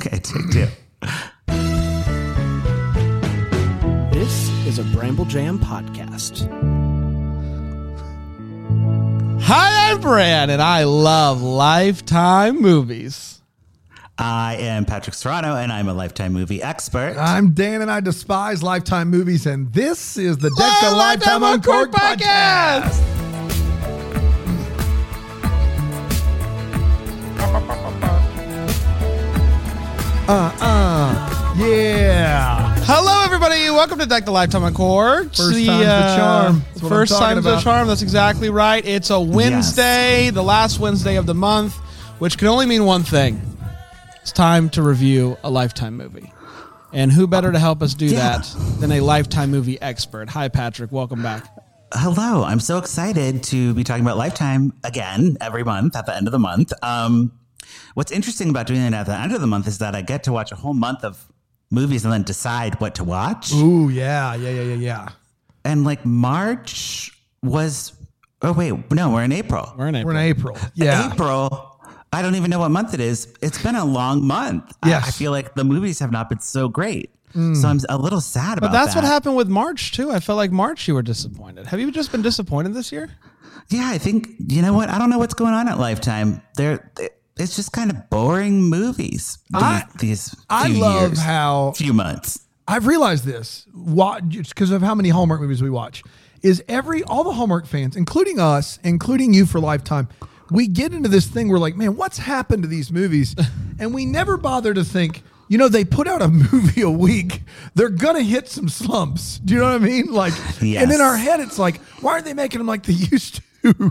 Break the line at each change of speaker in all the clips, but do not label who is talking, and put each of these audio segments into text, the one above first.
Take two.
This is a Bramble Jam podcast.
Hi, I'm Bran, and I love Lifetime movies.
I am Patrick Serrano, and I'm a lifetime movie expert.
I'm Dan, and I despise Lifetime movies, and this is the Deck
Love
the Lifetime Uncorked podcast. Uh-uh. Yeah,
Hello, everybody. Welcome to Deck the Lifetime Uncorked.
First time's the charm. That's what I'm
uh, first
talking
time's the
about.
charm. That's exactly right. It's a Wednesday, the last Wednesday of the month, which can only mean one thing. It's time to review a Lifetime movie. And who better to help us do
Yeah.
that than a Lifetime movie expert? Hi, Patrick. Welcome back.
Hello, I'm so excited to be talking about Lifetime again every month at the end of the month. Um, what's interesting about doing it at the end of the month is that I get to watch a whole month of movies and then decide what to watch.
ooh, yeah, yeah, yeah, yeah, yeah.
And like March was, oh wait, no, we're in April.
We're in April.
We're in April. Yeah,
April. I don't even know what month it is. It's been a long month. I-
Yes.
I, feel like the movies have not been so great. So I'm a little sad about
Hmm. But that's
that.
what happened with March too. I felt like March you were disappointed. Have you just been disappointed this year?
Yeah, I think you know what? I don't know what's going on at Lifetime. They're it's just kind of boring movies. These,
I-
these
I
few
love
years,
how
few months.
I've realized this because of how many Hallmark movies we watch. Is every all the Hallmark fans, including us, including you for Lifetime, we get into this thing we're like, man, what's happened to these movies? And we never bother to think, you know, they put out a movie a week, they're gonna hit some slumps. Do you know what I mean? Like, and
Yes.
in our head, it's like, why aren't they making them like they used to?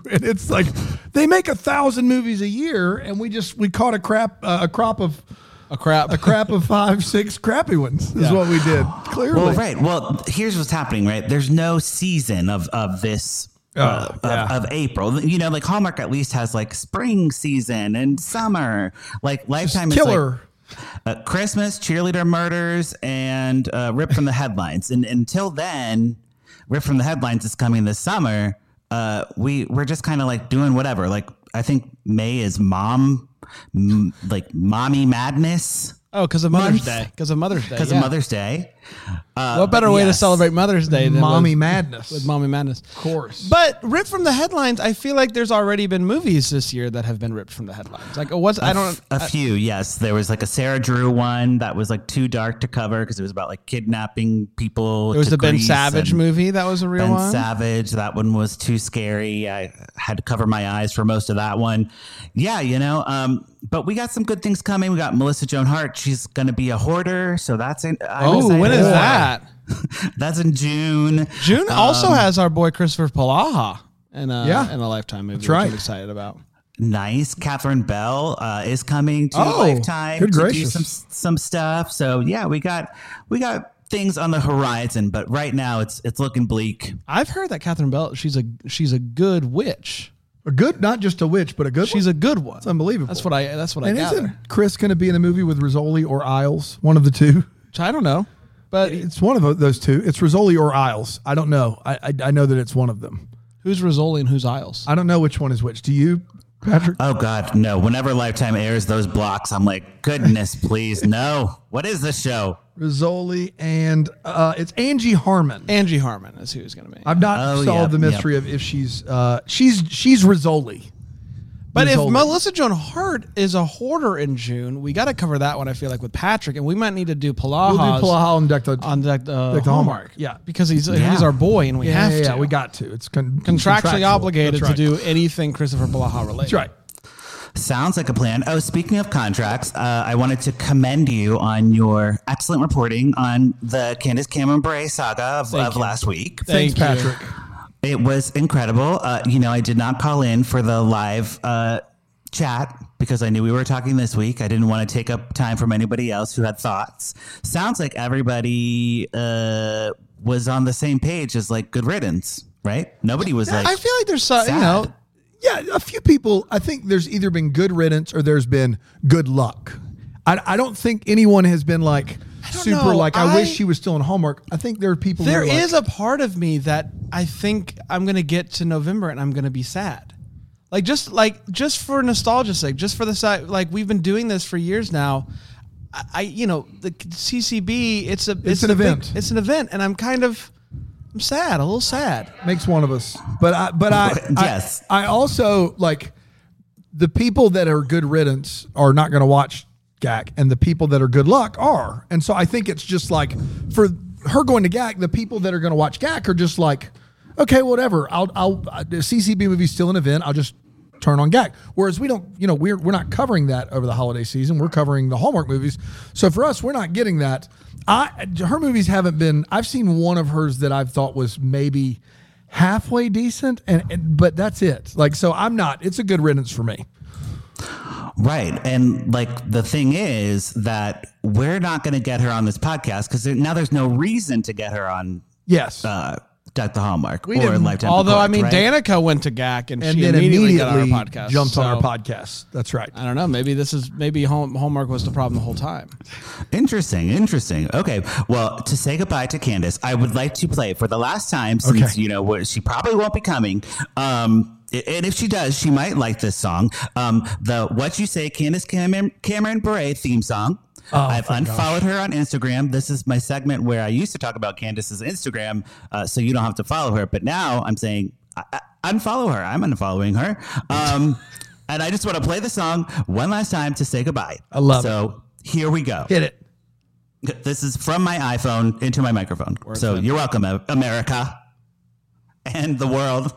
And it's like they make a thousand movies a year, and we just we caught a crap uh, a crop of
A crap.
a crap of five, six crappy ones is what we did. Clearly.
Well, right. Well, here's what's happening. Right, there's no season of of this. uh, of,
Oh, yeah.
of April, you know, like Hallmark at least has like spring season and summer. Like Lifetime is like,
Killer.
uh, Christmas, cheerleader murders, and uh, Rip from the Headlines. And until then, Rip from the Headlines is coming this summer. Uh, we we're just kind of like doing whatever. Like I think May is mom, m- like mommy madness
Oh, because of
Month.
Mother's Day. Because of Mother's Day.
because
yeah.
of Mother's Day. Uh,
What better
but
way to
yes.
celebrate Mother's Day than
Mommy
with,
madness.
with mommy madness? Of
course.
But ripped from the headlines, I feel like there's already been movies this year that have been ripped from the headlines. Like what's I
I
don't.
don't. A few, yes. There was like a Sarah Drew one that was like too dark to cover because it was about like kidnapping people.
There was
to
the Ben
Greece
Savage
and-
movie that was a real
Ben
one.
Savage. That one was too scary. I had to cover my eyes for most of that one. Yeah, you know. Um, but we got some good things coming. We got Melissa Joan Hart. She's going to be a hoarder, so that's in. I'm
oh,
excited
when is
for
that?
That's in June.
June also has our boy Christopher Palaha in a
Yeah.
in a Lifetime movie. That's
right.
I'm excited about.
Nice. Catherine Bell uh, is coming to
Oh,
Lifetime
good
to
gracious.
do some some stuff. So yeah, we got we got things on the horizon. But right now, it's it's looking bleak.
I've heard that Catherine Bell she's a she's a good witch.
A good, not just a witch, but a good
She's
one.
a good one. It's
unbelievable.
That's what I. That's what
And
I gather.
isn't Chris going to be in a movie with Rizzoli or Isles? One of the two.
Which I don't know, but
It's one of those two. It's Rizzoli or Isles. I don't know. I, I, I know that it's one of them.
who's Rizzoli and who's Isles?
I don't know which one is which. Do you, Patrick?
Oh God, no! Whenever Lifetime airs those blocks, I'm like, goodness, please, no! What is this show?
Rizzoli and uh, it's Angie Harmon.
Angie Harmon is who's going to be.
I've not
Oh,
solved
yeah,
the mystery of if she's uh, she's she's Rizzoli.
But if
Rizzoli.
Melissa Joan Hart is a hoarder in June, we got to cover that one. I feel like with Patrick, and we might need to do Palaha's
We'll do Palahal and Declan.
on the, uh,
Hallmark.
Hallmark.
Yeah.
because he's
Yeah.
he's our boy, and we
yeah,
have
yeah,
to.
yeah, we got to. It's con-
contractually
contractual.
obligated
That's right.
to do anything Christopher Palaha related.
That's right.
Sounds like a plan. Oh, speaking of contracts, uh, I wanted to commend you on your excellent reporting on the Candace Cameron Bray saga of, of
you.
last week.
Thank
Thanks,
you.
Patrick.
It was incredible. Uh, you know, I did not call in for the live uh, chat because I knew we were talking this week. I didn't want to take up time from anybody else who had thoughts. Sounds like everybody uh, was on the same page as like good riddance, right? Nobody was like,
I feel like there's so, you
Sad.
know
Yeah, a few people. I think there's either been good riddance or there's been good luck. I, I don't think anyone has been like
don't
super
know.
like I,
I-
wish she was still in Hallmark. I think there are people.
there
who are
is
like,
a part of me that I think I'm going to get to November and I'm going to be sad. Like just like just for nostalgia's sake, just for the side, like we've been doing this for years now. I, I you know the CCB. It's a it's,
an
a big-
event.
it's an event, and I'm kind of I'm sad, a little sad.
makes one of us. But I, but I,
Yes.
I, I also like the people that are good riddance are not going to watch GAC, and the people that are good luck are. And so I think it's just like for her going to GAC, the people that are going to watch GAC are just like, okay, whatever. I'll, I'll, uh, the CCB movie's still an event. I'll just turn on GAC. Whereas we don't, you know, we're we're not covering that over the holiday season. We're covering the Hallmark movies. So for us, we're not getting that. I her movies haven't been. I've seen one of hers that I've thought was maybe halfway decent, and, and but that's it. Like so, I'm not. It's a good riddance for me.
Right. And like the thing is that we're not going to get her on this podcast because there, now there's no reason to get her on
Yes,
uh, Duck the Hallmark
We
or
didn't-
Lifetime.
Although I
Booklet,
mean,
right?
Danica went to GAC and,
and
she
then
immediately,
immediately,
got on our podcast.
jumped on our
so Uh,
podcast. That's right.
I don't know. Maybe this is maybe Hall- Hallmark was the problem the whole time.
Interesting, interesting. Okay, well, to say goodbye to Candace, I would like to play for the last time since
Okay.
you know what- she probably won't be coming. Um, a- and if she does, she might like this song. Um, the "What You Say" Candace Cameron, Cameron Bure theme song.
Oh
I've unfollowed her on Instagram. This is my segment where I used to talk about Candace's Instagram, uh, so you don't have to follow her. But now I'm saying I, I, unfollow her. I'm unfollowing her. Um, and I just want to play the song one last time to say goodbye. I
love it.
so here we go.
Hit it.
This is from my iPhone into my microphone. so you're welcome, Am- America and the world.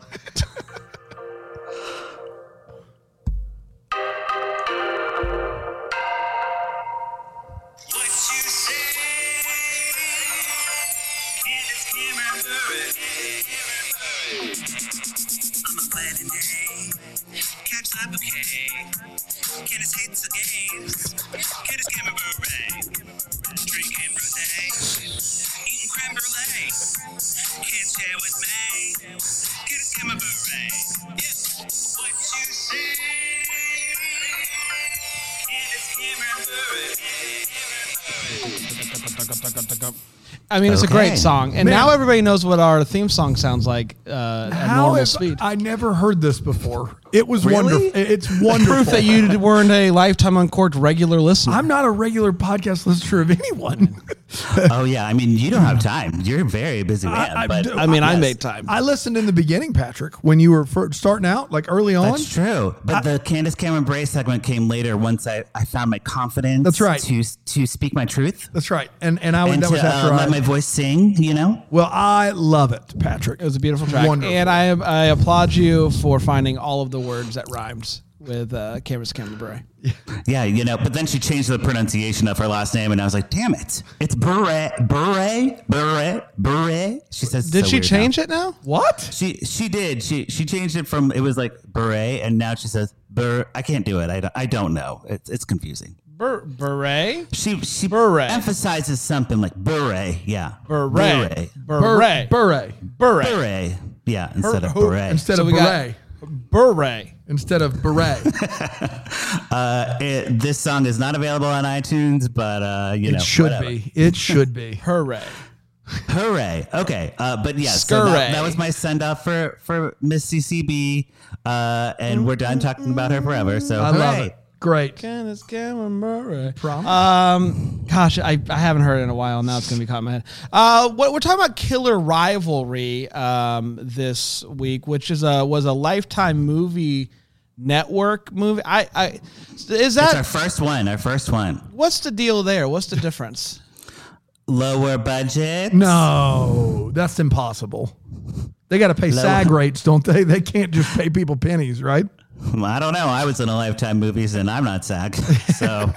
What you say is remember I'm a glad name. Catch up okay. Candace hates the games. Candace Cameron Bure. Drinking rosé. Eating creme brulee. Can't share with me. Candace Cameron Bure. Yeah. What you say. Candace Cameron Bure.
I mean, it's a
Okay.
great song, and now everybody knows what our theme song sounds like uh, at
How
normal
have-
speed.
I never heard this before. It was
Really?
wonderful. It's wonderful.
Proof that you weren't a lifetime uncorked regular listener.
I'm not a regular podcast listener of anyone.
oh yeah, I mean you don't have time. You're a very busy man.
I- I
but
do-
I mean, I
Yes.
made time.
I listened in the beginning, Patrick, when you were fir- starting out, like early on.
That's true. But the Candace Cameron Bray segment came later once I, I found my confidence.
That's right.
To to speak my truth
That's right. And and I went
and
that
to
was after
um,
uh,
I,
let my voice sing. You know.
Well, I love it, Patrick.
It was a beautiful track,
Wonderful.
and I I applaud you for finding all of the words that rhymed with uh, Cameras Cameron Bray.
Yeah, you know, but then she changed the pronunciation of her last name, and I was like, "Damn it, it's Bure, Bure, Bure, Bure." She says.
Did
so
she
weird now.
change it now?
What?
She she did. She she changed it from it was like beret, and now she says bur. I can't do it. I don't, I don't know. It's it's confusing.
Bur- beret,
She she
Beret.
emphasizes something like beret. Yeah,
beret,
Bur-
beret,
Beret.
beret,
beret. Yeah, instead of beret.
Instead
So
of
we got-
beret.
beret.
Instead of beret.
It- this song is not available on iTunes, but uh, you know
it should
whatever.
be. It should be.
Hooray.
Hooray! Okay, uh, but yeah, so that,
Scurray.
that was my send off for for Miss CCB, uh, and we're done talking about her forever. So
I
hooray.
love it. Great.
Cameras Cameron Bure.
Prom?
Um, gosh, I, I haven't heard it in a while. Now it's gonna be caught in my head. Uh, what we're talking about, killer rivalry. Um, this week, which is a was a Lifetime movie network movie. I I is
It's our
that
first one. Our first one.
what's the deal there? What's the difference?
Lower budget.
No, that's impossible. They got to pay SAG rates, don't they? They can't just pay people pennies, right?
I don't know. I was in a lifetime movies and I'm not SAG. So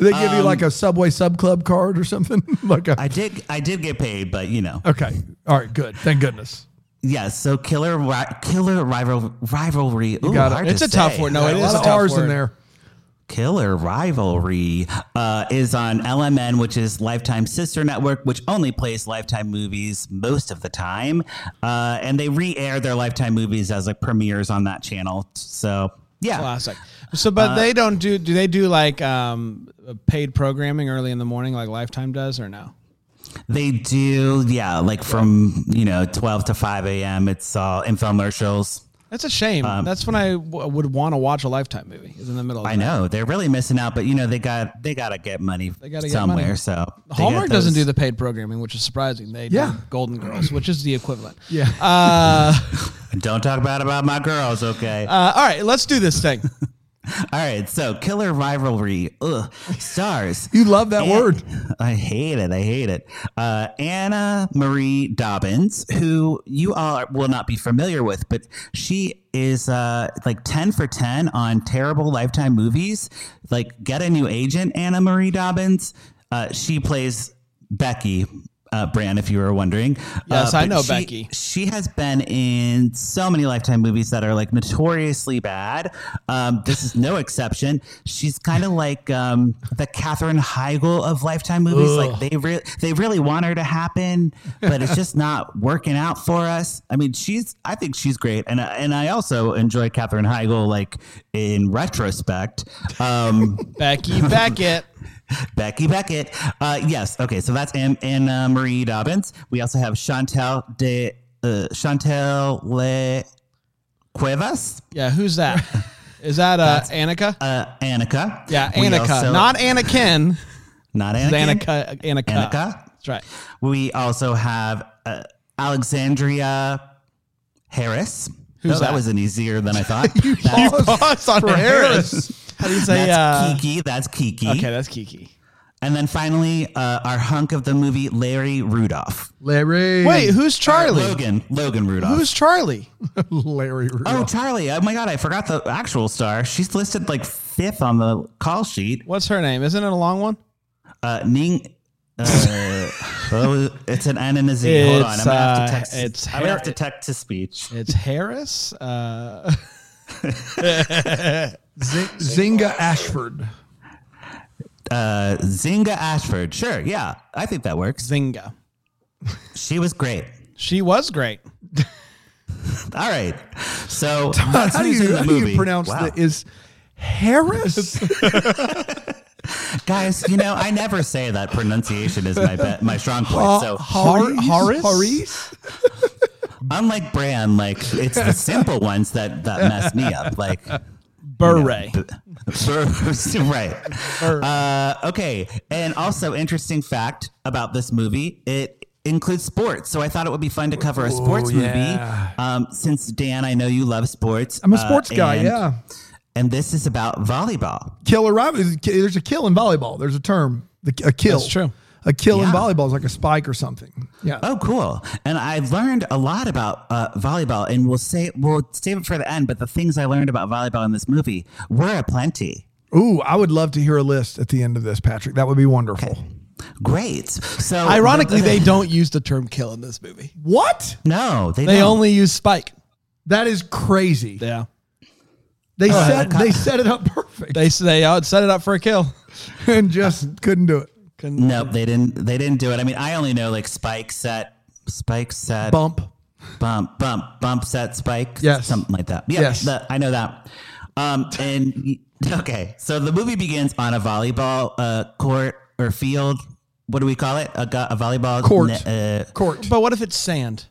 They give you
Um,
like a Subway Sub Club card or something. like a,
I did I did get paid, but you know.
okay. All right. Good. Thank goodness.
Yeah, so killer ri- killer rival rivalry. Ooh,
got it.
hard
It's
to
a tough
say.
word. No, it
a
is
lot
a
of
tough
R's in
word.
there.
Killer Rivalry uh, is on LMN, which is Lifetime Sister Network, which only plays Lifetime movies most of the time. Uh, and they re air their Lifetime movies as like premieres on that channel. So, yeah.
Classic. So, but
Uh,
they don't do. Do they do like um, paid programming early in the morning, like Lifetime does, or no?
They do, yeah, like from, you know, 12 to 5 a.m., it's all infomercials.
That's a shame. That's when I w- would want to watch a Lifetime movie. Is in the middle. Of
Um, I
that.
know they're really missing out, but you know they got they gotta get money
gotta get
somewhere.
money.
So they get
Hallmark doesn't do
those-
the paid programming, which is surprising. They
Yeah.
do Golden Girls, which is the equivalent.
Yeah.
Don't talk bad about my girls, okay?
Uh, all right, let's do this thing.
All right, so killer rivalry. Ugh, stars.
you love that
An-
word.
I hate it. I hate it. Uh, Anna Marie Dobbins, who you all are- will not be familiar with, but she is uh, like 10 for 10 on terrible Lifetime movies. Like, get a new agent, Anna Marie Dobbins. Uh, she plays Becky. Uh, Bran, if you were wondering.
Yes,
Uh,
I
but
know
she-
Becky.
She has been in so many Lifetime movies that are like notoriously bad. Um, this is no exception. She's kind of like um, the Katherine Heigl of Lifetime movies. Like they re- they really want her to happen, but it's just not working out for us. I mean, she's I think she's great, and I- and I also enjoy Katherine Heigl like in retrospect. Um,
Becky Beckett.
Becky Beckett. Uh, yes. Okay. So that's Anne, Anna Marie Dobbins. We also have Chantel de uh, Chantel Le Cuevas,
Yeah, who's that? Is that uh, Annika?
uh, Annika.
yeah,
We
Annika,
also-
not Anakin.
not
It's
Annika.
Annika. Annika.
Annika.
That's right.
We also have uh, Alexandria Harris.
Who's
Oh, that?
that?
was an easier than I thought. That's-
Pause on Harris. How do you say?
that's
uh,
Kiki. That's Kiki.
Okay, that's Kiki.
And then finally, uh, our hunk of the movie, Larry Rudolph.
Larry.
Wait, who's Charlie?
Logan. Logan Rudolph.
Who's Charlie?
Larry.
Oh, Charlie. Oh my God, I forgot the actual star. She's listed like fifth on the call sheet.
What's her name? Isn't it a long one?
Uh, Ning. Uh, oh, it's an N and a Z. Hold on. I'm
It's,
going to have to
uh,
text.
it's
I'm going to have
Har-
to text to speech.
It's Harris. Uh,
Zinga Ashford.
Uh, Zinga Ashford. Sure. Yeah. I think that works.
Zinga.
She was great.
She was great.
All right. So, that's
How do
who's in
you,
the
how do
movie.
you pronounce
Wow.
that? Is Harris?
Guys, you know, I never say that pronunciation is my be- my strong point. So,
Har-
Harris?
Uh, Harris?
unlike Bran, like it's the simple ones that that mess me up. Like
Beret.
right. Uh, okay. And also, interesting fact about this movie it includes sports. So I thought it would be fun to cover a sports
yeah.
movie. Um, since, Dan, I know you love sports.
I'm a
uh,
sports guy,
and-
yeah.
And this is about volleyball.
Killer rival. There's a kill in volleyball. There's a term. The, a kill.
That's true.
A kill in
Yeah.
volleyball is like a spike or something. Yeah.
Oh, cool! And I learned a lot about uh, volleyball, and we'll say we'll save it for the end. But the things I learned about volleyball in this movie were a plenty.
Ooh, I would love to hear a list at the end of this, Patrick. That would be wonderful.
Great. So
Ironically, they don't use the term kill in this movie.
What?
no, they,
They
don't.
only use spike.
That is crazy.
Yeah.
They set they set it up perfect
They they uh, set it up for a kill.
and just couldn't do it.
Couldn't-
Nope, they didn't. They didn't do it. I mean, I only know like spike set, spike set, bump,
Bump.
bump, bump, set, spike,
Yes.
something like that. Yeah,
Yes.
that- I know that. Um, and okay, so the movie begins on a volleyball uh, court or field. What do we call it? A, go- a volleyball
Court.
ne- uh,
Court.
But what if it's sand?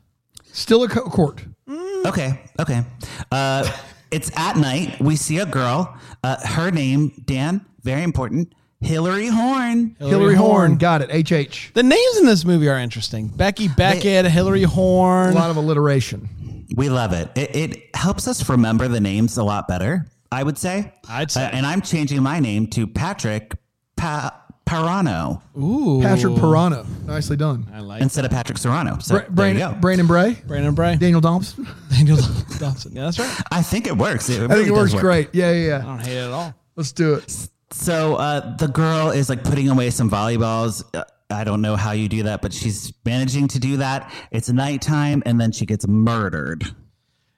Still a co- court.
Okay, okay. Uh, it's at night. We see a girl. Uh, her name, Dan, very important. Hillary Horn.
Hillary, Horn. Got it. HH.
The names in this movie are interesting. Becky Beckett, Hillary
A
Horn.
lot of alliteration.
We love it. it. It helps us remember the names a lot better, I would say.
I'd say.
Uh, and I'm changing my name to Patrick pa- Parano
Ooh.
Patrick Pirano. Nicely done.
I like
instead of Patrick Serrano. So
Bra-
there you go.
Brandon, Brandon Bray.
Brandon Bray.
Daniel Thompson.
Daniel Thompson. Yeah, that's right.
I think it works. It
I think
really
it
does
works
work.
great. Yeah, yeah, yeah.
I don't hate it at all.
Let's do it.
So uh, the girl is like putting away some volleyballs. Uh, I don't know how you do that, but she's managing to do that. It's nighttime, and then she gets murdered.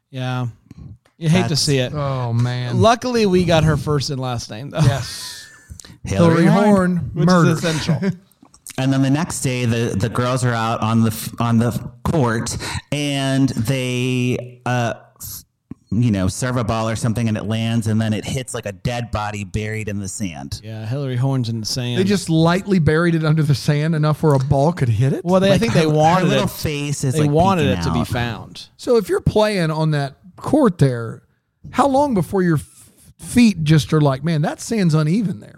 Yeah. You hate to
That's-
see it.
Oh man.
Luckily, we got her first and last name, though.
Yes. Hillary Horn
Which is
murder.
essential.
And then the next day, the, the girls are out on the f- on the court, and they, uh, you know, serve a ball or something, and it lands, and then it hits like a dead body buried in the sand.
yeah, Hillary Horn's in the sand.
They just lightly buried it under the sand enough where a ball could hit it.
well, they, I think they
her, her
wanted
little
it.
face is
They
like
wanted
peeking
it to be
out.
found.
so if you're playing on that court there, how long before your f- feet just are like, man, that sand's uneven there?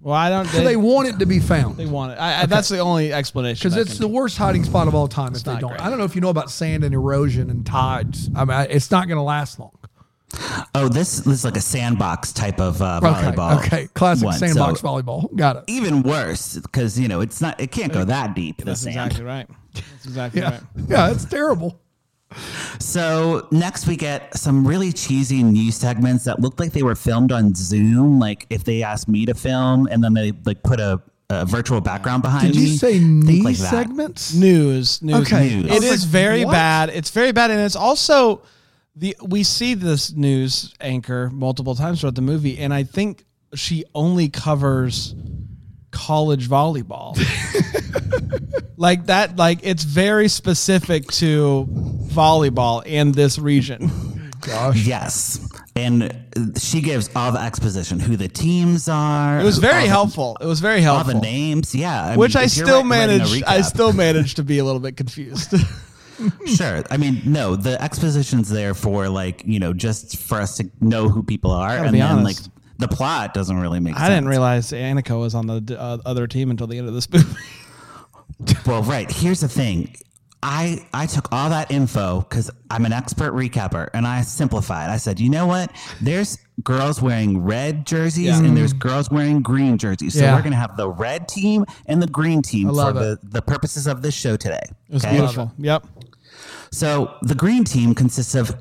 Well, I don't. They,
so they
Uh, they,
want it to be found
want it. I, I, that's the only explanation.
because
I
it's
can-
the worst hiding spot of all time. if they
not
don't,
great.
I don't know if you know about sand and erosion and tides. I mean, I- it's not going to last long.
Oh, this, this is like a sandbox type of uh, volleyball.
Okay, okay, classic
one. So
sandbox volleyball. Got it.
Even worse because you know it's not. It can't go that deep. The
That's
sand.
exactly right. That's exactly
Yeah,
right.
yeah, it's
Mm,
terrible.
So next we get some really cheesy news segments that looked like they were filmed on Zoom. Like if they asked me to film and then they like put a, a virtual background behind
Did you
me,
say
think
knee
like that.
segments?
News, news.
Okay.
News. I
It
was
is
like,
very
what?
bad. It's very bad, and it's also the we see this news anchor multiple times throughout the movie, and I think she only covers college volleyball. like that, like it's very specific to volleyball and this region.
Yes, and she gives all the exposition, who the teams are.
It was very
all the-
helpful. It was very
All
helpful.
the names, yeah. I
Which
mean,
I
if you're
still
wri- writing a
managed. I
recap-
still managed to be a little bit confused.
sure. I mean, no, the exposition's there for like you know just for us to know who people are, and
be
then
honest.
like the plot doesn't really make
I
sense.
didn't realize Annika was on the d- uh, other team until the end of this movie.
Well, right. Here's the thing. I, I took all that info because I'm an expert recapper and I simplified. I said, you know what? There's girls wearing red jerseys
Yeah.
and there's girls wearing green jerseys. So
Mm. Yeah.
we're going to have the red team and the green team
I
for
love
the, the purposes of this show today.
It was beautiful. Yep.
So the green team consists of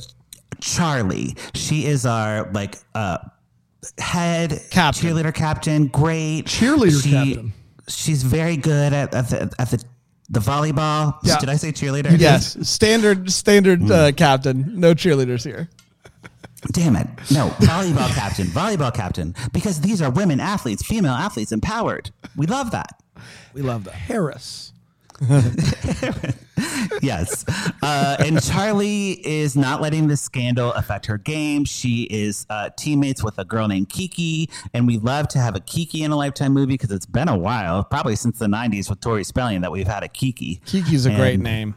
Charlie. She is our like uh head
Captain.
cheerleader captain. Great
Cheerleader captain.
She's very good at, at the at the the volleyball.
Yeah.
Did I say cheerleader?
Yes. Standard
Hmm.
standard uh, captain. No cheerleaders here.
Damn it. No, volleyball captain. Volleyball captain. Because these are women athletes, female athletes, empowered. We love that.
We love that.
Harris.
yes. Uh, and Charlie is not letting this scandal affect her game. She is uh, teammates with a girl named Kiki, and we love to have a Kiki in a Lifetime movie because it's been a while, probably since the '90s with Tori Spelling, that we've had a Kiki.
Kiki's a great
And
name.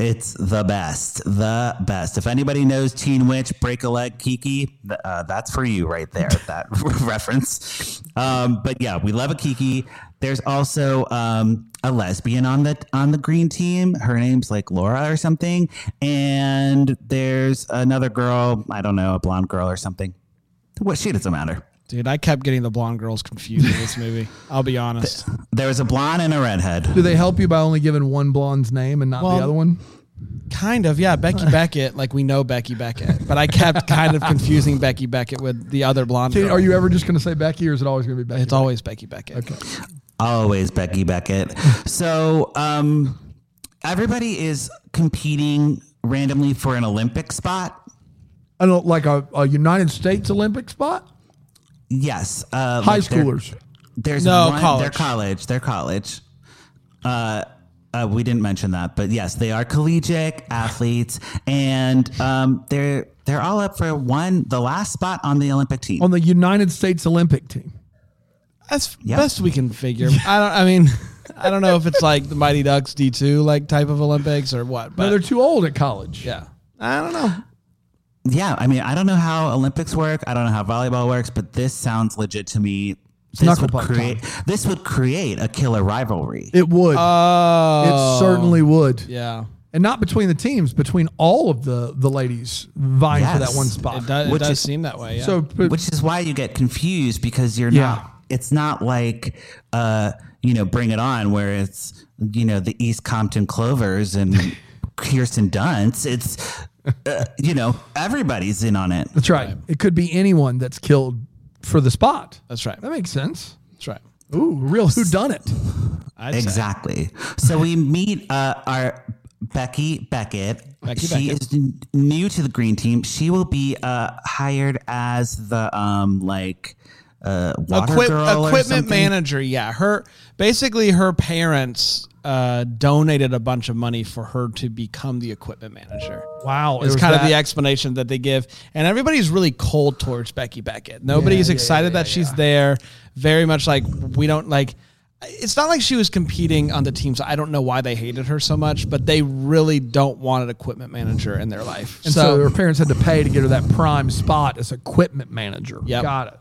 It's the best, the best. If anybody knows Teen Witch, Break a Leg, Kiki, th- uh, that's for you right there. That reference. Um, but yeah, we love a Kiki. There's also um, a lesbian on the on the green team. Her name's like Laura or something. And there's another girl. I don't know, a blonde girl or something. Well, she doesn't matter.
Dude, I kept getting the blonde girls confused in this movie. I'll be honest.
There was a blonde and a redhead.
Do they help you by only giving one blonde's name and not
Well,
the other one?
Kind of, yeah. Becky Beckett, like we know Becky Beckett, but I kept kind of confusing Becky Beckett with the other blonde
Can-
girl.
Are you ever just going to say Becky, or is it always going to be Becky?
It's always Becky Beckett. Okay.
Always Becky Beckett. So um, everybody is competing randomly for an Olympic spot.
I don't like a, a United States Olympic spot.
Yes, uh,
High
like there-
schoolers.
There's
No,
one,
college.
They're college. They're college. Uh, uh, we didn't mention that, but yes, they are collegiate athletes, and um, they're they're all up for one the last spot on the Olympic team.
on the United States Olympic team.
That's
Yep.
best we can figure. I don't. I mean, I don't know if it's like the Mighty Ducks D two like type of Olympics or what.
No,
But
they're too old at college.
yeah, I don't know.
yeah, I mean, I don't know how Olympics work. I don't know how volleyball works, but this sounds legit to me. This
knuckle
would
puck time.
create this would create a killer rivalry.
It would.
Oh,
it certainly would.
Yeah,
And not between the teams, between all of the the ladies vying for
Yes.
that one spot.
it does.
Which
it does
is-
seem that way. Yeah.
So but
which is why you get confused because you're
Yeah.
not it's not like uh you know bring it on where it's you know the east compton clovers and kirsten dunst it's uh, you know everybody's in on it
that's right. It could be anyone that's killed for the spot.
that's right.
That makes sense.
That's right.
Ooh, real who done it?
I'd say.
exactly so we meet uh our becky beckett
Becky
she
Beckett.
is n- new to the green team she will be uh hired as the um like uh water
Equip-
girl or
equipment
something.
manager. Yeah, her basically her parents uh, donated a bunch of money for her to become the equipment manager.
Wow,
It's
it was
kind of
that-
the explanation that they give, and everybody's really cold towards Becky Beckett. Nobody's
yeah,
excited that she's there. Very much like we don't like. it's not like she was competing on the team, so I don't know why they hated her so much, but they really don't want an equipment manager in their life.
And so, her parents had to pay to get her that prime spot as equipment manager.
Yep.
Got it.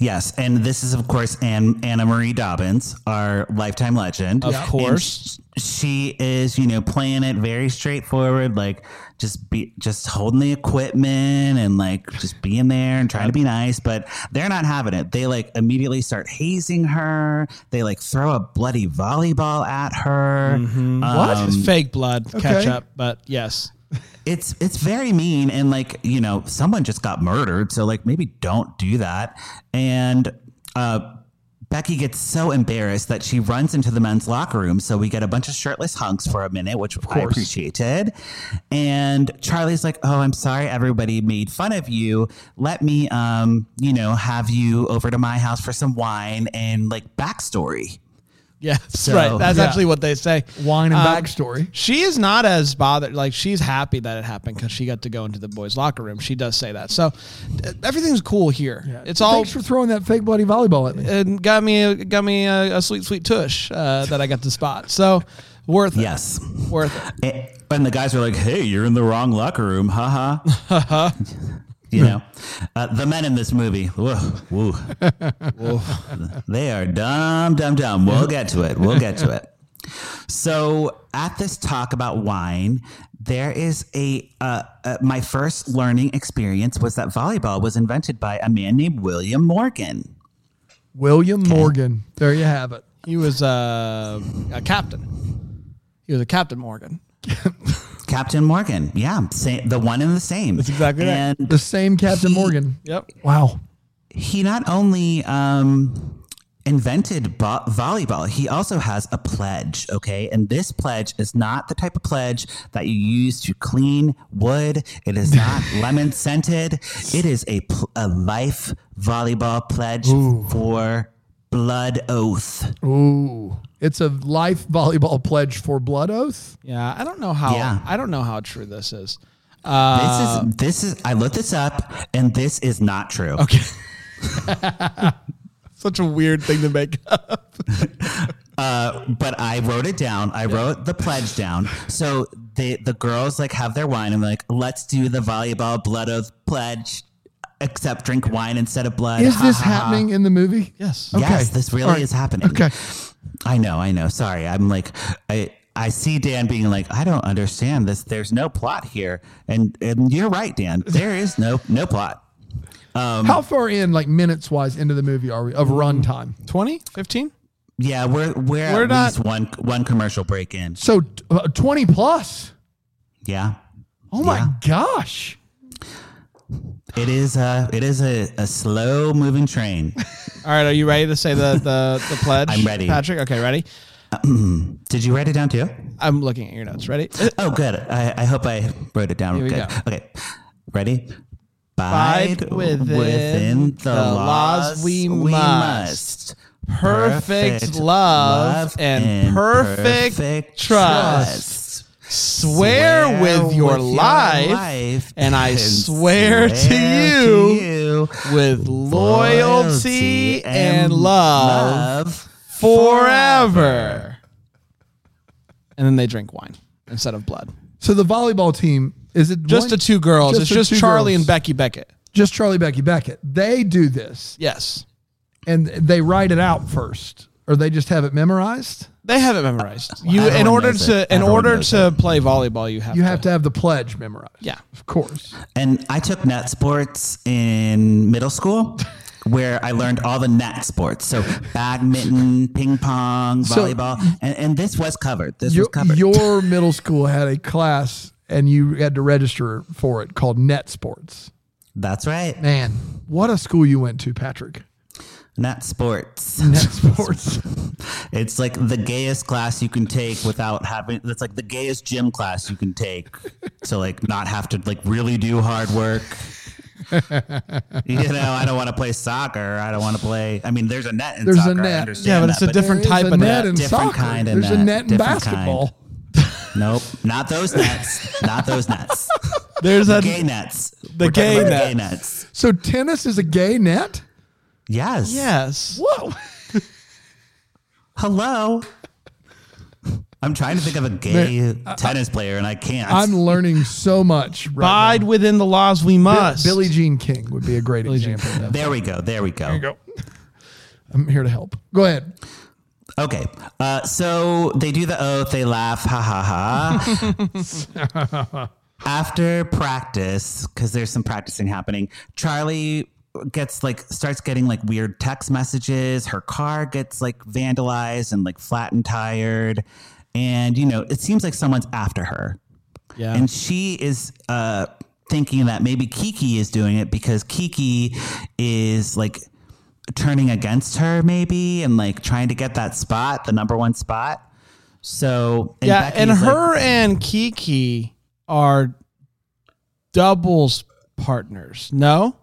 Yes, and this is of course Anne, Anna Marie Dobbins, our lifetime legend.
Of
And
course.
sh- she is you know playing it very straightforward, like just be just holding the equipment and like just being there and trying to be nice. But they're not having it. They like immediately start hazing her. They like throw a bloody volleyball at her.
what?
Um,
it's fake blood catch
okay.
up, but yes.
it's it's very mean and like you know someone just got murdered so like maybe don't do that and uh Becky gets so embarrassed that she runs into the men's locker room. So we get a bunch of shirtless hunks for a minute, which I appreciated. And Charlie's like, "Oh, I'm sorry, everybody made fun of you. Let me, um, you know, have you over to my house for some wine and like backstory."
Yeah,
So-
right. That's
Yeah.
actually what they say.
Wine and
Um,
backstory.
She is not as bothered. Like she's happy that it happened because she got to go into the boys' locker room. She does say that. So uh, everything's cool here. It's all
Thanks for throwing that fake bloody volleyball at me.
and got me a, got me a, a sweet sweet tush uh, that I got to spot. So worth it.
Yes.
worth it.
Eh, And the guys were like, "Hey, you're in the wrong locker room, haha." you know, uh, the men in this movie, whoa, whoa, they are dumb, dumb, dumb. We'll get to it. We'll get to it. So at this talk about wine, there is a uh, uh, my first learning experience was that volleyball was invented by a man named William Morgan.
William Morgan. There you have it.
He was uh, a captain. He was a captain Morgan.
Captain Morgan, yeah, same, the one and the same. That's
exactly right.
and
The same Captain Morgan.
Yep.
Wow.
he not only um, invented bo- volleyball, he also has a pledge. Okay, and this pledge is not the type of pledge that you use to clean wood. It is not lemon scented. It is a pl- a life volleyball pledge for blood oath.
Ooh. It's a life volleyball pledge for blood oath.
Yeah, I don't know how.
Yeah.
I don't know how true this is.
This is this is. I looked this up, and this is not true.
Okay. Such a weird thing to make up.
but I wrote it down. I wrote the pledge down. So the the girls like have their wine and like let's do the volleyball blood oath pledge, except drink wine instead of blood.
Is
Ha,
this
ha, ha.
happening in the movie?
Yes.
Yes, this really
All right.
is happening.
Okay.
I know. I know. Sorry, I'm like I. I see Dan being like, I don't understand this. There's no plot here, and and you're right, Dan. There is no no plot.
How far in, like minutes wise, into the movie are we of runtime?
20? 15?
Yeah, we're we're,
We're
at
not-
least one one commercial break in.
So t- uh, 20 plus.
Yeah,
Oh my
Yeah.
gosh.
it is a it is a, a slow moving train.
All right, are you ready to say the the, the pledge?
I'm ready.
Patrick, okay, ready?
Did you write it down too?
I'm looking at your notes. Ready?
Oh, good. I, I hope I wrote it down.
Here we
good.
go.
Okay. Ready?
Abide
Bide
within the laws we must. Perfect love and perfect trust. Swear, with your, life, and I swear, to you, with loyalty and love forever. And then they drink wine instead of blood.
So the volleyball team, is it
Just
one-
the two girls. it's
the
just
two
Charlie
girls?
and Becky Beckett.
Just Charlie Becky Beckett. They do this
Yes.
and they write it out first, or they just have it memorized.
They have it memorized. You in
Everyone
order
knows
to
it.
in
Everyone
order
knows
to play volleyball, you have
You
to,
have to have the pledge memorized.
Yeah.
Of course.
And I took net sports in middle school. Where I learned all the net sports, so badminton, ping pong, volleyball, and, and this was covered. This was
Your,
covered.
your middle school had a class and you had to register for it called net sports.
That's right,
Man, what a school you went to, Patrick.
net sports.
Net sports.
It's like the gayest class you can take without having. That's like the gayest gym class you can take to like not have to like really do hard work. you know, I don't want to play soccer. I don't want to play. I mean, there's a net in
There's a
soccer. I
net.
understand
Yeah, but it's
that,
a different
There is
type
a
of
net
net.
in
Different
soccer.
kind of
There's a
net.
net in
Different kind.
basketball.
Nope, not those nets. Not those nets.
There's a
Gay nets.
The
We're talking
gay
about
nets.
Gay nets.
So tennis is a gay net?
Yes.
yes.
Whoa.
Hello. I'm trying to think of a gay
uh,
tennis player and I can't.
I'm learning so much. Right
Abide
now.
within the laws we
Bi-
must.
Billie Jean King would be a great example. of that.
there we go. There we go.
go. I'm here to help. Go ahead.
Okay. Uh, so they do the oath, they laugh, ha ha ha. After practice, because there's some practicing happening, Charlie gets like starts getting like weird text messages. Her car gets like vandalized and like flat and tired. And you know, it seems like someone's after her.
Yeah.
And she is uh, thinking that maybe Kiki is doing it because Kiki is like turning against her, maybe, and like trying to get that spot, the number one spot. So,
yeah, and
Becky's like-
her and Kiki are doubles partners. No,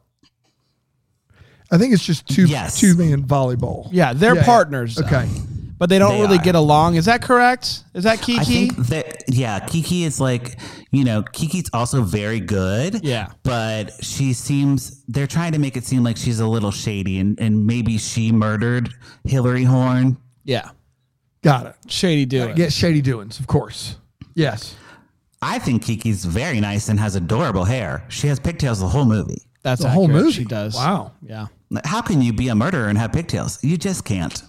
I think it's just two
Yes.
two man volleyball.
yeah, they're partners. though.
Okay.
but they don't
They
really
are.
get along. Is that correct? Is that Kiki?
I think that yeah, Kiki is like you know Kiki's also very good.
Yeah.
but she seems they're trying to make it seem like she's a little shady and and maybe she murdered Hillary Horn.
yeah,
Got it.
shady doing.
Get shady doings, of course. Yes.
I think Kiki's very nice and has adorable hair. She has pigtails the whole movie.
That's
The whole
accurate.
movie.
She does.
Wow.
Yeah,
How can you be a murderer and have pigtails? You just can't.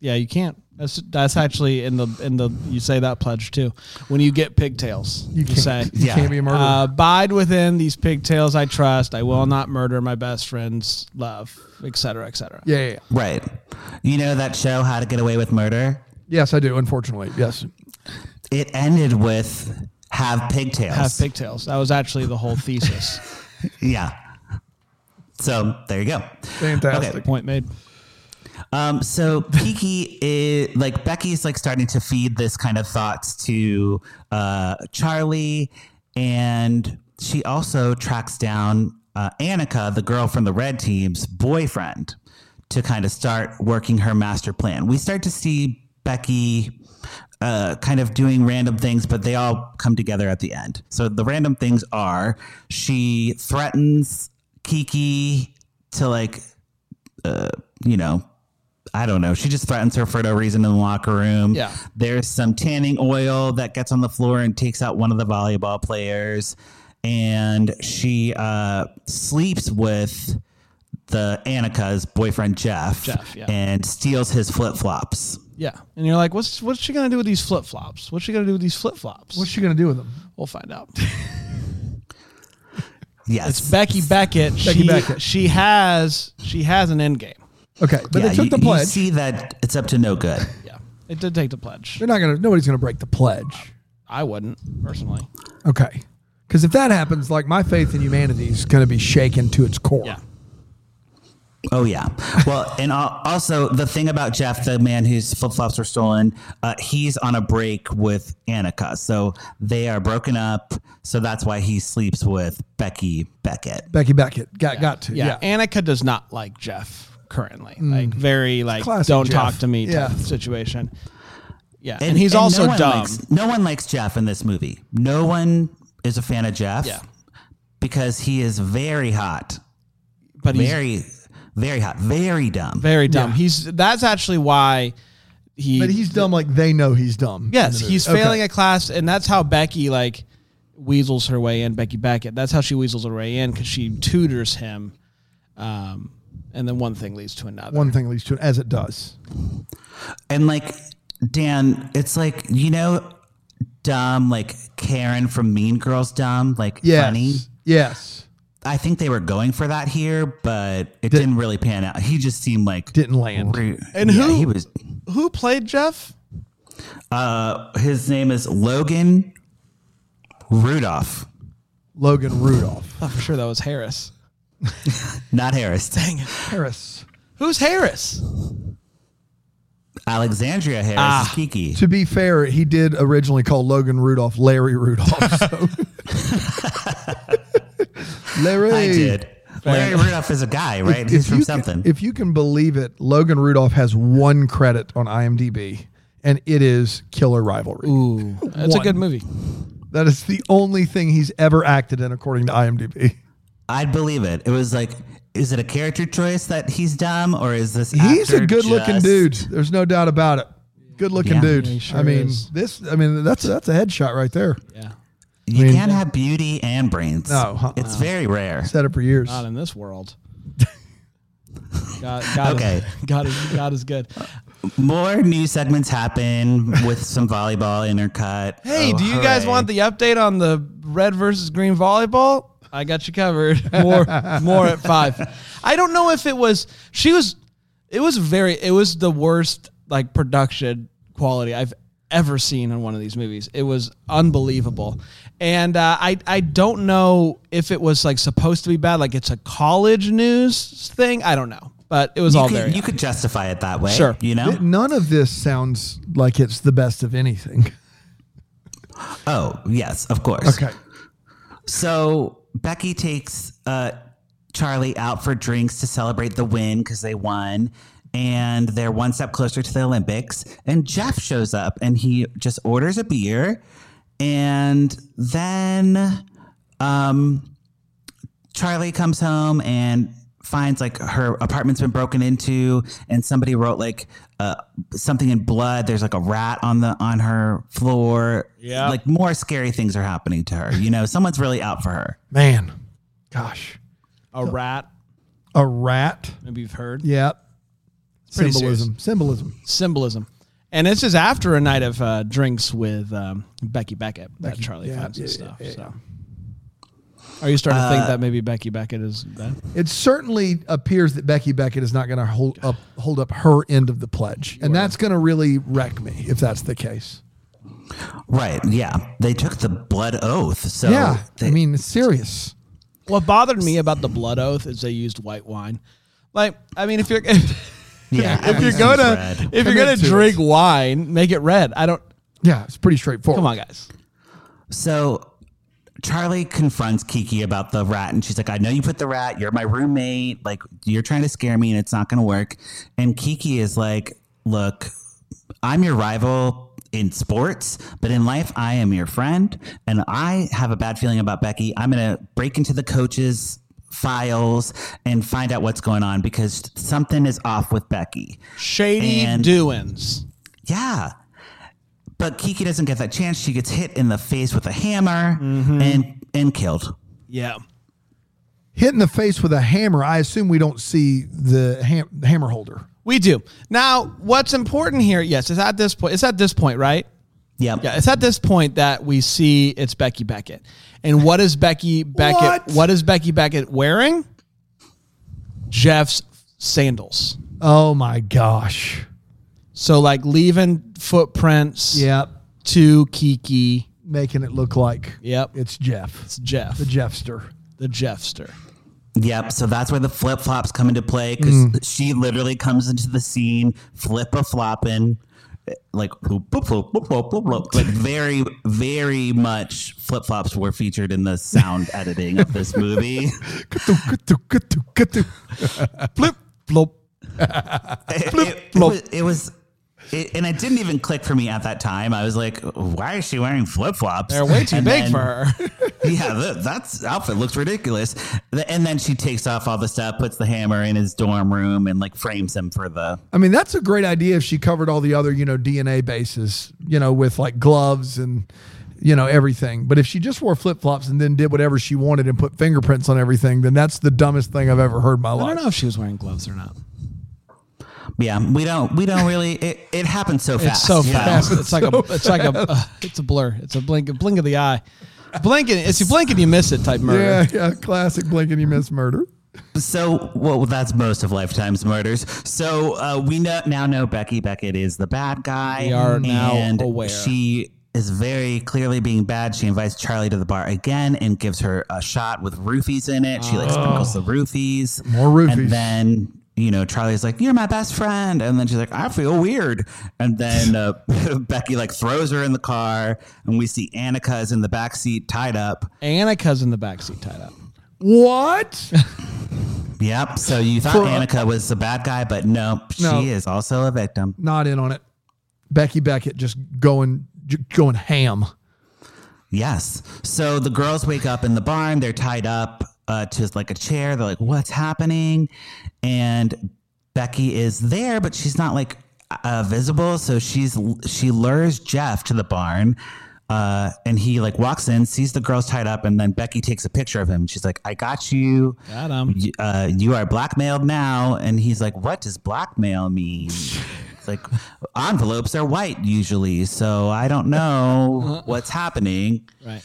yeah. You can't. That's that's actually in the in the you say that pledge too. When you get pigtails, you,
can't-
say
You
Yeah.
can't be a murderer.
Uh, abide within these pigtails I trust. I will not murder my best friend's love, etc., cetera, etc.
yeah, yeah, yeah.
Right. You know that show, How to Get Away with Murder?
Yes, I do, unfortunately. Yes.
It ended with have pigtails.
Have pigtails. That was actually the whole thesis.
yeah. So there you go.
Fantastic.
Okay.
Point made.
Um, so Kiki is like Becky's like starting to feed this kind of thoughts to uh, Charlie, and she also tracks down uh, Annika, the girl from the red team's boyfriend, to kind of start working her master plan. We start to see Becky uh, kind of doing random things, but they all come together at the end. So the random things are she threatens Kiki to like you know, I don't know. She just threatens her for no reason in the locker room.
Yeah.
There's some tanning oil that gets on the floor and takes out one of the volleyball players. And she uh, sleeps with the Annika's boyfriend, Jeff,
Jeff, yeah.
and steals his flip flops.
Yeah. And you're like, what's what's she gonna do with these flip flops? What's she gonna do with these flip flops?
What's she going to do with them?
We'll find out.
Yes.
It's Becky Beckett. she,
Beckett.
She has she has an end game.
Okay. But
Yeah,
they took
you-
the
You
pledge.
see that it's up to no good.
Yeah. It did take the pledge.
They're not going to, nobody's going to break the pledge.
I wouldn't personally.
Okay. Because if that happens, like my faith in humanity is going to be shaken to its core.
Yeah.
Oh yeah. Well, and al- also the thing about Jeff, the man whose flip flops were stolen, uh, he's on a break with Annika, so they are broken up. So that's why he sleeps with Becky Beckett.
Becky Beckett got got to.
Yeah.
Yeah. Mm.
Annika does not like Jeff currently. Like very like
Classic
don't
Jeff.
talk to me
Yeah.
type of situation. Yeah. And, he's also
no one
dumb.
likes- no one likes Jeff in this movie. No one is a fan of Jeff
Yeah.
because he is very hot,
but he's
very, very hot, very dumb.
very dumb. He's that's actually why he
But he's dumb like they know he's dumb.
Yes,
in the
he's
movie.
failing
Okay.
at class, and that's how Becky like weasels her way in. Becky Beckett. That's how she weasels her way in because she tutors him, um, and then one thing leads to another.
One thing leads to it, as it does.
And like Dan, it's like you know, dumb like Karen from Mean Girls, dumb like
Yes.
funny.
Yes.
I think they were going for that here, but it didn't really pan out. He just seemed like
Didn't land.
re-
And
yeah,
who-
he was.
Who played Jeff?
Uh, his name is Logan Rudolph,
Logan Rudolph.
Oh, for sure that was Harris.
not Harris. Dang
Harris.
Who's Harris?
Alexandria Harris
Ah.
is Kiki.
To be fair, he did originally call Logan Rudolph Larry Rudolph. So. Larry.
I did. Larry Rudolph is a guy, right?
If
He's from
you can-
something.
if you can believe it, Logan Rudolph has one credit on IMDb, and it is Killer Rivalry.
Ooh, that's a
One.
good movie.
That is the only thing he's ever acted in, according to IMDb.
I'd believe it. It was like is it a character choice that he's dumb or is this
He's a
actor
good looking
just-
dude. There's no doubt about it. Good looking
Yeah.
dude.
He sure
I mean,
is.
this. I mean, that's that's a headshot right there.
Yeah.
You can't have beauty and brains.
No, Oh, huh.
it's very rare.
Said it for years.
Not in this world. God, God
Okay.
Is, God is God is good.
More new segments happen with some volleyball intercut.
Hey,
Oh,
do you guys
hooray.
want the update on the red versus green volleyball? I got you covered. More, more at five. I don't know if it was. She was. It was very. It was the worst like production quality I've ever seen in one of these movies. It was unbelievable, and uh, I I don't know if it was like supposed to be bad. Like it's a college news thing. I don't know, but it was
You
all
could,
very.
you could justify it that way.
Sure.
You know?
None of this sounds like it's the best of anything.
Oh, yes, of course.
Okay.
So Becky takes uh, Charlie out for drinks to celebrate the win because they won. And they're one step closer to the Olympics. And Jeff shows up and he just orders a beer. And then um, Charlie comes home and finds like her apartment's been broken into and somebody wrote like uh, something in blood there's like a rat on the on her floor
Yeah.
like more scary things are happening to her you know someone's really out for her
Man, gosh,
a rat.
a rat.
Maybe you've heard.
Yeah.
pretty
Symbolism. Symbolism.
symbolism. And this is after a night of uh, drinks with um, Becky Beckett that Charlie
yeah,
finds and
yeah,
stuff.
yeah, yeah.
so, are you starting to think that maybe Becky Beckett is that?
It certainly appears that Becky Beckett is not going to hold up hold up her end of the pledge, and that's going to really wreck me if that's the case.
right yeah they took the blood oath so
yeah,
they,
I mean, it's serious.
What bothered me about the blood oath is they used white wine. Like, I mean, if you're if,
yeah
you're
everything's
gonna
red.
if you're
Commit
gonna
to it.
drink wine, make it red. I don't.
Yeah, it's pretty straightforward.
Come on, guys.
So Charlie confronts Kiki about the rat, and she's like, I know you put the rat, you're my roommate. Like, you're trying to scare me, and it's not going to work. And Kiki is like, Look, I'm your rival in sports, but in life, I am your friend. And I have a bad feeling about Becky. I'm going to break into the coach's files and find out what's going on because something is off with Becky.
Shady
And-
doings.
Yeah. But Kiki doesn't get that chance. She gets hit in the face with a hammer
Mm-hmm.
and and killed.
Yeah.
Hit in the face with a hammer. I assume we don't see the ham- hammer holder.
We do. Now, what's important here? Yes, it's at this point. It's at this point, right?
Yep.
Yeah, it's at this point that we see it's Becky Beckett. And what is Becky Beckett?
What?
what is Becky Beckett wearing? Jeff's sandals.
Oh my gosh.
So like leaving footprints
Yep.
to Kiki.
Making it look like
Yep.
it's Jeff,
It's Jeff.
the Jeffster.
The Jeffster.
Yep. So that's where the flip flops come into play because
Mm.
she literally comes into the scene, flip a flopping, like boop, boop, boop, boop, boop, boop, boop. like very, very much flip flops were featured in the sound editing of this movie.
Flip flop.
it, it- it was, it was- it- and it didn't even click for me at that time. I was like, why is she wearing flip flops?
They're way too big for her.
yeah, that that's outfit looks ridiculous. Th- And then she takes off all the stuff, puts the hammer in his dorm room, and like frames him for the.
I mean, that's a great idea if she covered all the other, you know, DNA bases, you know, with like gloves and, you know, everything. But if she just wore flip flops and then did whatever she wanted and put fingerprints on everything, then that's the dumbest thing I've ever heard in my
I
life.
don't know if she was wearing gloves or not.
Yeah, we don't we don't really. It, it happens so fast.
It's so
you know?
fast. It's like a it's like a uh, it's a blur. It's a blink a blink of the eye. Blinking, it's you blink and you miss it type murder.
Yeah, yeah. Classic blink and you miss murder.
So well, that's most of Lifetime's murders. So uh, we know, now know Becky Beckett is the bad guy.
We are now
and
aware.
She is very clearly being bad. She invites Charlie to the bar again and gives her a shot with roofies in it. She like sprinkles
Oh.
the roofies.
More roofies.
And then you know Charlie's like, "You're my best friend," and then she's like, "I feel weird." And then uh, Becky like throws her in the car, and we see Annika is in the back seat tied up.
Annika's in the backseat tied up.
What?
Yep. So you thought
For- uh,
Annika was the bad guy, but no,
No.
she is also a victim.
Not in on it. Becky Beckett just going j- going ham.
Yes. So the girls wake up in the barn. They're tied up. uh, to like a chair. They're like, "What's happening?" And Becky is there, but she's not like uh, visible. So she's she lures Jeff to the barn, uh, and he like walks in, sees the girls tied up, and then Becky takes a picture of him. She's like, "I got you."
Got him.
y- uh, you are blackmailed now. And he's like, what does blackmail mean? It's like, envelopes are white usually. So I don't know what's happening.
Right.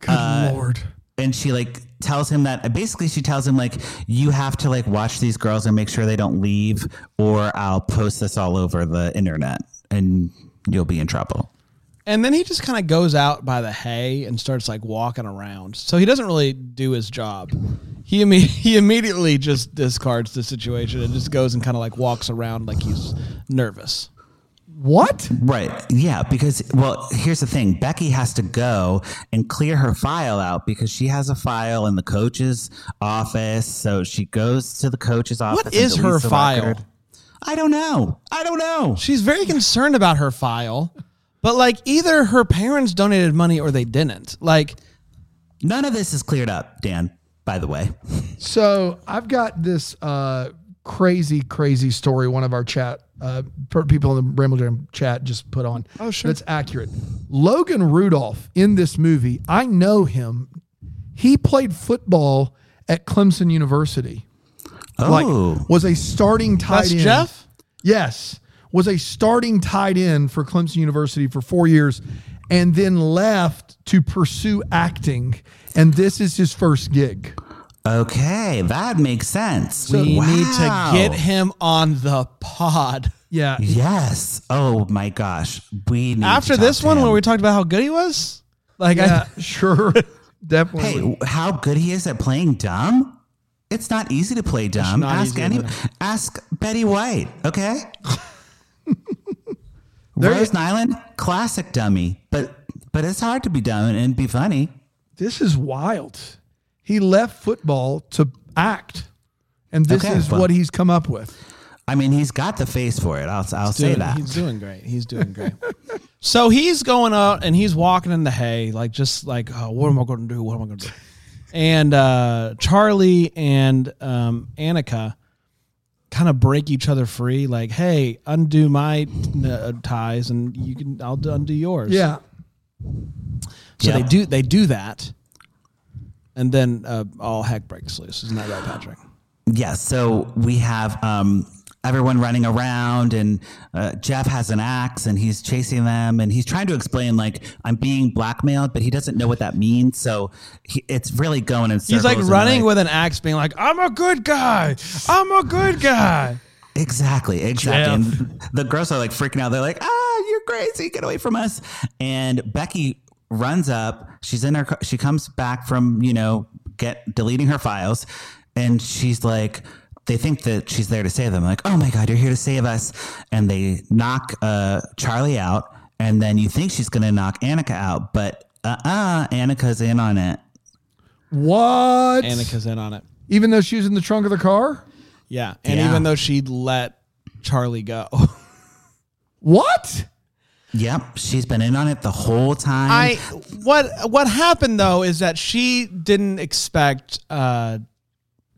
Good lord.
And she like tells him that basically she tells him like, you have to like watch these girls and make sure they don't leave or I'll post this all over the internet and you'll be in trouble.
And then he just kind of goes out by the hay and starts like walking around. So he doesn't really do his job. He imme- he immediately just discards the situation and just goes and kind of like walks around like he's nervous.
What?
Right. Yeah. Because, well, here's the thing Becky has to go and clear her file out because she has a file in the coach's office. So she goes to the coach's office. and
is
deletes
her
the
file?
record. I don't know. I don't know.
She's very concerned about her file, but like either her parents donated money or they didn't. Like
None of this is cleared up, Dan, by the way.
So I've got this uh, crazy, crazy story. One of our chat uh, per- people in the Ramble Jam chat just put on. Oh, sure. That's accurate. Logan Rudolph in this movie, I know him. He played football at Clemson University.
Oh,
Like, was a starting tight
that's
end.
Jeff.
Yes, was a starting tight end for Clemson University for four years, and then left to pursue acting. And this is his first gig.
okay. That makes sense.
We
Wow.
need to get him on the pod.
Yeah,
Yes. Oh, my gosh. We need
After
to talk
this
to
one
him.
where we talked about how good he was, like
yeah, sure, definitely.
Hey, how good he is at playing dumb? It's not easy to play dumb.
not
Ask
easy,
any,
no.
ask Betty White. Okay.
There
Rose
you-
Nyland, classic dummy, but but it's hard to be dumb and, and be funny.
this is wild. He left football to act, and this
Okay,
is
well-
what he's come up with.
I mean, he's got the face for it. I'll I'll say
doing-
that.
He's doing great. He's doing great. so he's going out and he's walking in the hay, like just like, oh, what am I going to do? What am I going to do? And uh, Charlie and um, Annika kind of break each other free. Like, hey, undo my uh, ties, and you can. I'll undo yours.
Yeah,
So they
Yeah.
do. They do that, and then uh, all heck breaks loose. Isn't that right, Patrick?
Yes. So we have um, everyone running around, and uh, Jeff has an axe, and he's chasing them, and he's trying to explain like I'm being blackmailed, but he doesn't know what that means. So he, it's really going in circles.
He's like
and
running with an axe, being like, "I'm a good guy. I'm a good guy."
Exactly, exactly. And the girls are like freaking out. They're like, "Ah, you're crazy! Get away from us!" And Becky runs up. She's in her. ca- She comes back from you know get deleting her files, and she's like, they think that she's there to save them. Like, oh my god, you're here to save us! And they knock uh, Charlie out, and then you think she's gonna knock Annika out, but uh uh Annika's in on it.
what?
Annika's in on it.
Even though she was in the trunk of the car,
Yeah. And
Yeah.
even though she let Charlie go.
what?
Yep, she's been in on it the whole time.
I what what happened though is that she didn't expect uh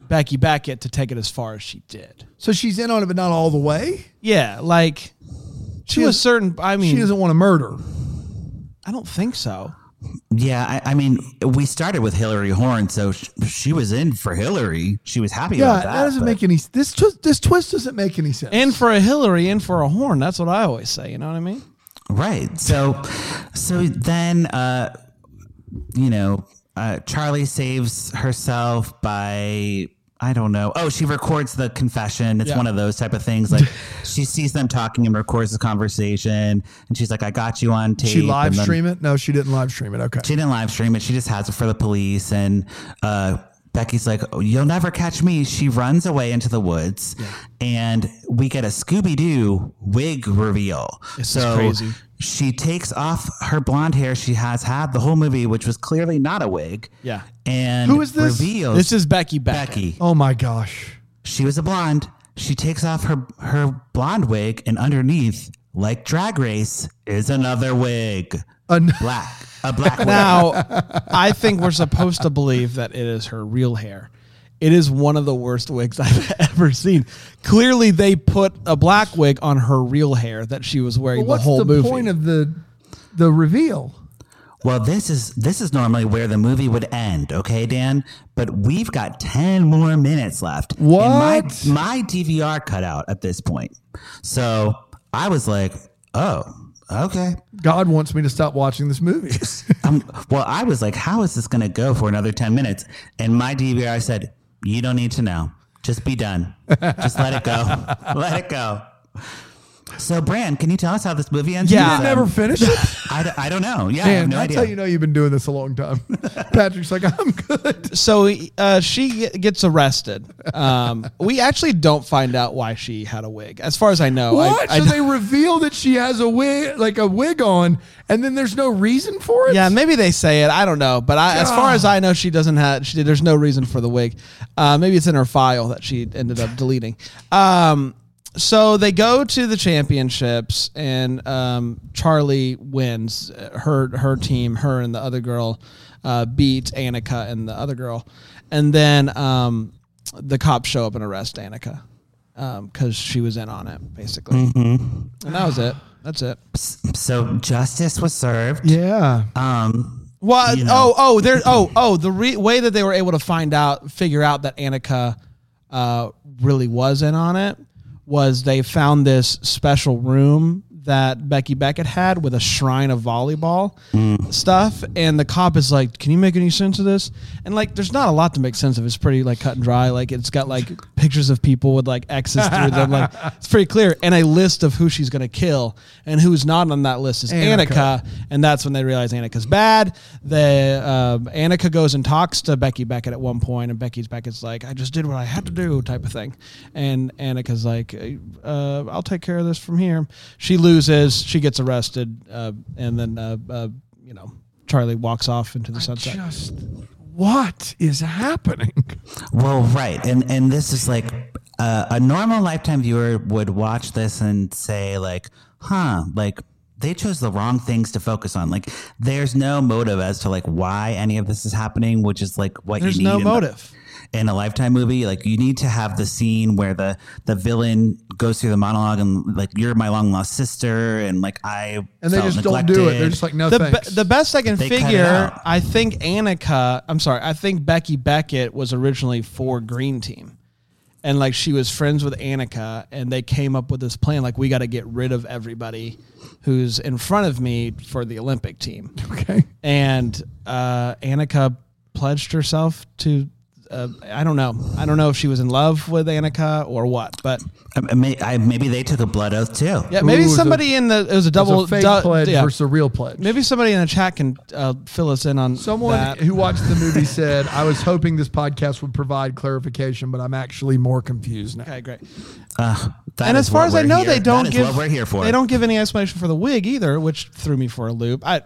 Becky Beckett to take it as far as she did.
So she's in on it, but not all the way.
Yeah, like
She
to a
is-
certain I
She
mean
doesn't want to murder.
I don't think so.
Yeah, I, I mean, we started with Hillary Horn, so sh- she was in for Hillary. She was happy
Yeah,
about
that,
that.
doesn't
but-
make any. This twist, this twist doesn't make any sense.
In for a Hillary, in for a horn. That's what I always say, you know what I mean?
right. So, so then, uh, you know, uh, Charlie saves herself by I don't know. Oh, she records the confession. It's
Yeah.
one of those type of things. Like she sees them talking and records the conversation, and she's like, "I got you on tape."
she live
and then-
stream it? No, she didn't live stream it. Okay.
She didn't live stream it. She just has it for the police. And uh, Becky's like, "Oh, "You'll never catch me." She runs away into the woods, and we get a Scooby Doo wig reveal.
This is crazy.
She takes off her blonde hair she has had the whole movie, which was clearly not a wig.
Yeah.
And
Who is this?
Reveals
This is Becky Beckett.
Becky.
oh my gosh.
She was a blonde. She takes off her her blonde wig, and underneath like Drag Race, is another wig.
An-
Black. A black wig.
Now, I think we're supposed to believe that it is her real hair. It is one of the worst wigs I've ever seen. Clearly, they put a black wig on her real hair that she was wearing the
what's
whole
the
movie.
point of the the reveal?
Well, this is this is normally where the movie would end, okay, Dan? But we've got ten more minutes left. And my
What?
my DVR cut out at this point, so I was like, oh, okay.
God wants me to stop watching this movie.
Um, well, I was like, how is this going to go for another ten minutes? And my DVR said, you don't need to know. Just be done. Just let it go. let it go. So, Bran, can you tell us how this movie ends?
Yeah.
Because,
I never
um,
finished it.
I, d- I don't know. Yeah, I have
Man,
no
that's
idea.
how you know you've been doing this a long time. Patrick's like, I'm good.
so uh, she ge- gets arrested. Um, we actually don't find out why she had a wig, as far as I know. I-
What?
I
so
don't-
they reveal that she has a wig, like a wig on, and then there's no reason for it.
Yeah, maybe they say it. I don't know, but I, as far as I know, she doesn't have. She there's no reason for the wig. Uh, maybe it's in her file that she ended up deleting. Um, so they go to the championships, and um, Charlie wins. Her her team, her and the other girl, uh, beat Annika and the other girl, and then um, the cops show up and arrest Annika because she was in on it, basically. And that was it. That's it.
so, justice was served.
Yeah.
Uh,
Um,
Well,
you know.
oh, oh, there, oh, oh, the re- way that they were able to find out, figure out that Annika uh, really was in on it was they found this special room that Becky Beckett had with a shrine of volleyball
Mm.
stuff, and the cop is like, "Can you make any sense of this?" And like, there's not a lot to make sense of. It's pretty like cut and dry. Like, it's got like pictures of people with like X's through them. Like, it's pretty clear, and a list of who she's gonna kill and who's not on that list is
Annika.
Annika. And that's when they realize Annika's bad. The um, Annika goes and talks to Becky Beckett at one point, and Becky's Beckett's like, "I just did what I had to do," type of thing. And Annika's like, uh, "I'll take care of this from here." She loses. She gets arrested, uh, and then uh, uh, you know Charlie walks off into the sunset.
Just what is happening?
Well, right, and and this is like uh, a normal lifetime viewer would watch this and say like, "Huh," like they chose the wrong things to focus on. Like, there's no motive as to like why any of this is happening, which is like what
There's
you need
no
in the-
motive.
in a lifetime movie like you need to have the scene where the the villain goes through the monologue and like you're my long lost sister and like i
And they
felt
just don't do it. They're
neglected.
just like, no
the,
thanks.
be- the best I can
They cut it
figure,
out.
I think Annika, I'm sorry, I think Becky Beckett was originally for Green Team. And like she was friends with Annika, and they came up with this plan like, we got to get rid of everybody who's in front of me for the Olympic team.
okay.
And uh, Annika pledged herself to. Uh, I don't know. I don't know if she was in love with Annika or what, but
I- I Um, may- I- maybe they took a blood oath too
yeah, maybe
Ooh, it was a-
somebody in the it was a
It's
double
a fake
du-
pledge
yeah.
versus a real pledge.
Maybe somebody in the chat can uh, fill us in on
Someone
that.
who watched the movie said, I was hoping this podcast would provide clarification, but I'm actually more confused now.
Okay, great.
That
and
is
as far
what
as I
we're
know,
here-
they don't
that is
give.
what we're here for
They don't give any explanation for the wig either, which threw me for a loop. I,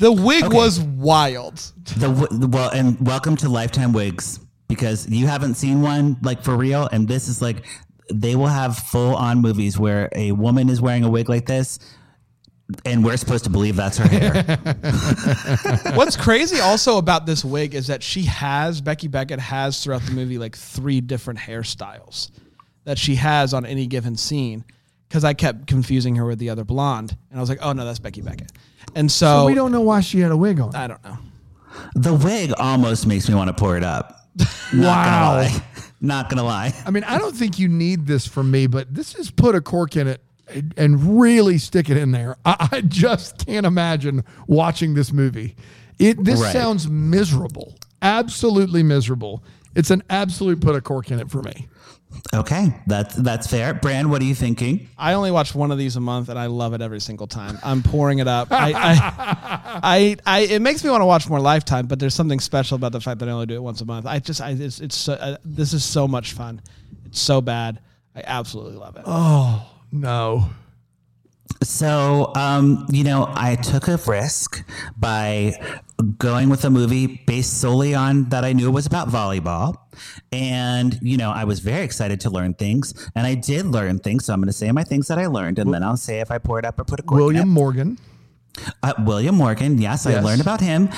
the wig was wild.
The w- well, and welcome to Lifetime Wigs because you haven't seen one like for real, and this is like they will have full on movies where a woman is wearing a wig like this, and we're supposed to believe that's her hair.
What's crazy also about this wig is that she has Becky Beckett has throughout the movie like three different hairstyles that she has on any given scene. Because I kept confusing her with the other blonde, and I was like, "Oh no, that's Becky Beckett." And so,
So we don't know why she had a wig on.
Oh. I don't know.
the wig almost makes me want to pour it up. Not gonna lie. Not gonna lie.
I mean, I don't think you need this from me, but this is put a cork in it and- and really stick it in there. I, I just can't imagine watching this movie. It this
Right.
sounds miserable, absolutely miserable. It's an absolute put a cork in it for me.
Okay, that's that's fair. Brand, what are you thinking?
I only watch one of these a month, and I love it every single time. I'm pouring it up. I, I, I, I it makes me want to watch more Lifetime, but there's something special about the fact that I only do it once a month. I just, I, it's, it's so, uh, this is so much fun. It's so bad. I absolutely love it.
Oh,
Oh,
No.
So, um, you know, I took a risk by going with a movie based solely on that I knew was about volleyball. And, you know, I was very excited to learn things and I did learn things. So I'm going to say my things that I learned and then I'll say if I poured up or put a cork in it.
William Morgan.
Uh, William Morgan. Yes, I
Yes.
learned about him.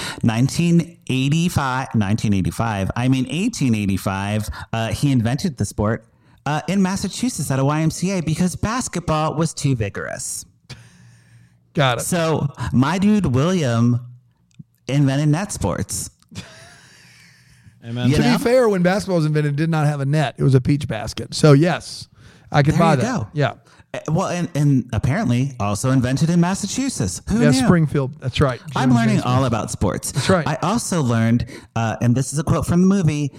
1985, 1985. I mean, 1885. Uh, he invented the sport uh, in Massachusetts at a YMCA because basketball was too vigorous.
Got it.
So my dude William invented net sports.
Amen.
You
to
know?
be fair, when basketball was invented, it did not have a net. It was a peach basket. So yes, I could
There
buy
you
that.
go.
Yeah.
Uh, Well, and, and apparently also invented in Massachusetts. Who
Yeah,
knew?
Springfield. That's right.
Oh, I'm
Jim
learning
James.
all about sports. That's
right.
I also learned, uh, and this is a quote from the movie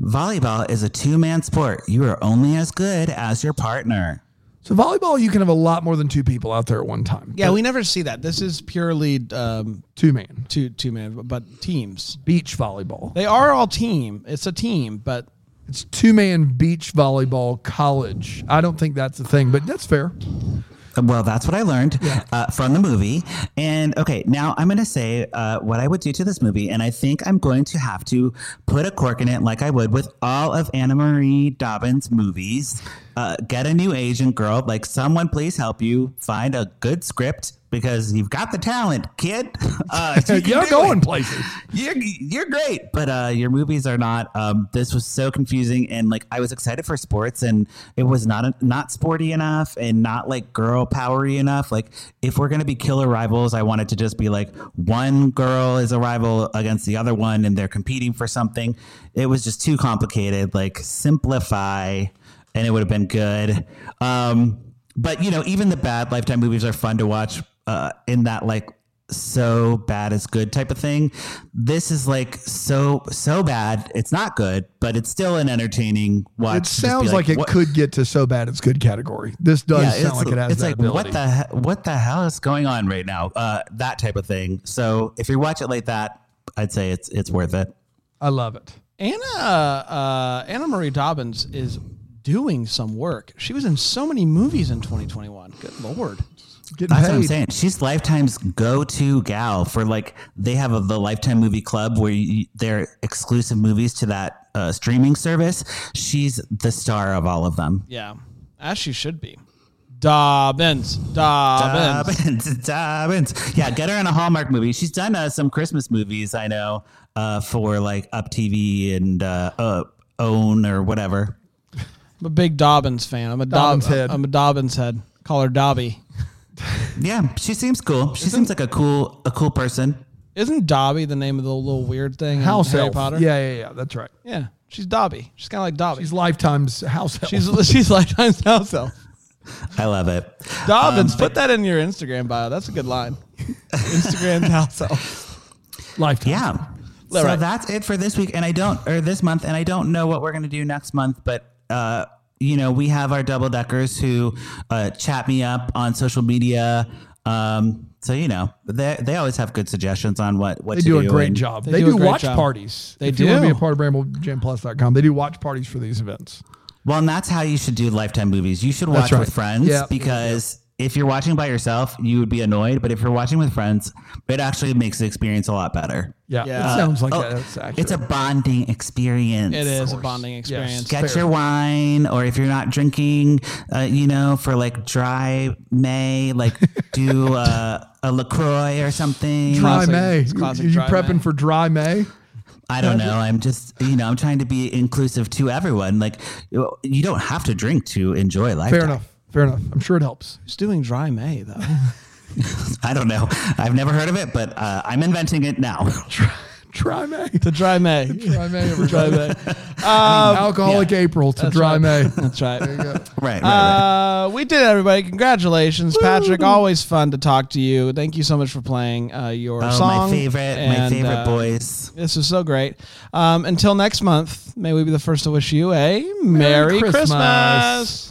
volleyball is a two man sport. You are only as good as your partner.
So volleyball, you can have a lot more than two people out there at one time.
Yeah, we never see that. This is purely um,
Two man.
two two man, but teams.
Beach volleyball.
They are all team. It's a team, but
It's two man beach volleyball college. I don't think that's the thing, but that's fair.
Well, that's what I learned uh, from the movie. And okay, now I'm going to say uh, what I would do to this movie. And I think I'm going to have to put a cork in it like I would with all of Anna Marie Dobbins' movies. Uh, get a new agent, girl. Like, someone please help you find a good script because you've got the talent, kid. Uh, you can
You're
do
going
it
places.
you're, you're great, but uh, your movies are not. Um, this was so confusing, and like I was excited for sports, and it was not not sporty enough, and not like girl powery enough. Like if we're gonna be killer rivals, I wanted to just be like one girl is a rival against the other one, and they're competing for something. It was just too complicated. Like simplify, and it would have been good. Um, but you know, even the bad Lifetime movies are fun to watch. Uh, in that like so bad it's good type of thing. This is like so so bad it's not good, but it's still an entertaining watch.
It
Just be
sounds like, it
what-
could get to so bad it's good category. This does
Yeah,
sound
it's,
like it has
it's
that
like
ability.
what the he- what the hell is going on right now? Uh, that type of thing. So if you watch it like that, I'd say it's it's worth it.
I love it.
Anna uh, Anna Marie Dobbins is doing some work. She was in so many movies in 2021. Good lord.
Getting
That's
paid.
what I'm saying. She's Lifetime's go-to gal for like they have a, the Lifetime Movie Club where you, they're exclusive movies to that uh, streaming service. She's the star of all of them.
Yeah, as she should be. Dobbins, Dobbins.
Dobbins. Dobbins. Yeah, get her in a Hallmark movie. She's done uh, some Christmas movies, I know, uh, for like Up TV and uh, uh, Own or whatever.
I'm a big Dobbins fan. I'm a
Dobbins
Dobbins
head.
head. I'm a Dobbins head. Call her Dobby.
Yeah, she seems cool. She seems like a cool, a cool person.
Isn't Dobby the name of the little weird thing in
House
Harry
elf.
Potter?
Yeah, yeah, yeah. That's right.
yeah. She's Dobby. She's kind of like Dobby.
She's Lifetime's house help.
She's she's, she's lifetime's house elf.
I love it.
Dobbins, put that in your Instagram bio. That's a good line. Instagram house elf.
Lifetime.
Yeah. So
Alright.
that's it for this week, and I don't, or this month, and I don't know what we're gonna do next month, but. Uh, you know, we have our double deckers who uh, chat me up on social media. Um, so you know, they they always have good suggestions on what what
They
to
do a great
and-
job. They,
They
do,
do a great
watch
job.
parties.
They
if You want to
do.
be a part of BrambleJamPlus.com. They do watch parties for these events.
Well, and that's how you should do lifetime movies. You should watch
right.
with friends
Yeah.
because if you're watching by yourself, you would be annoyed. But if you're watching with friends, it actually makes the experience a lot better.
Yeah,
Yeah.
it sounds like
Oh,
that. That's accurate.
it's a bonding experience.
It is a bonding experience.
Get
Fair.
your wine, or if you're not drinking, uh, you know, for like dry May, like do uh, a LaCroix or something.
dry
Classic-
May.
it's classic
Are you
dry
prepping
May.
for dry May?
I don't know. I'm just, you know, I'm trying to be inclusive to everyone. Like, you you don't have to drink to enjoy life.
Fair enough. Fair enough. I'm sure it helps.
Who's doing dry May though?
I don't know. I've never heard of it, but uh, I'm inventing it now.
Dry May.
the dry May.
Dry May.
dry
everybody.
May.
Alcoholic April to
That's
dry
right.
May.
That's right.
right, right, right.
Uh, we did it, everybody. Congratulations, Patrick. Always fun to talk to you. Thank you so much for playing uh, your
Oh,
song.
my favorite, my
And,
favorite
uh,
boys.
This was so great. Um, until next month, may we be the first to wish you a Merry,
Christmas.
Christmas.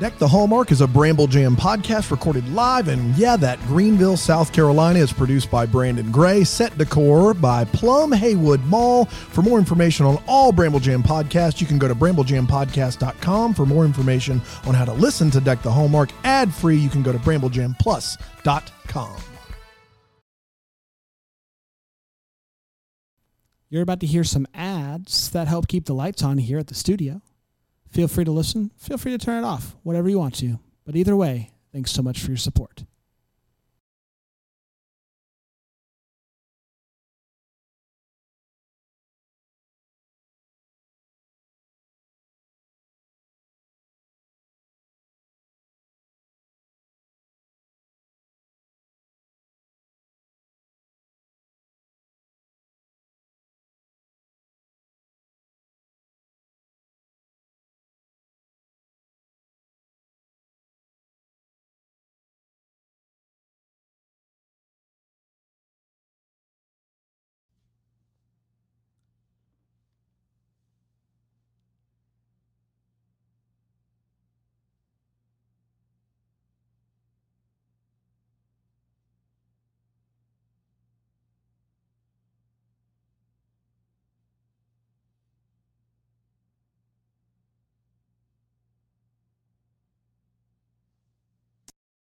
Deck the Hallmark is a Bramble Jam podcast recorded live and yeah, that Greenville, South Carolina is produced by Brandon Gray, set decor by Plum Haywood Mall. For more information on all Bramble Jam podcasts, you can go to BrambleJamPodcast.com. For more information on how to listen to Deck the Hallmark ad-free, you can go to BrambleJamPlus.com.
You're about to hear some ads that help keep the lights on here at the studio. Feel free to listen, feel free to turn it off, whatever you want to. But either way, thanks so much for your support.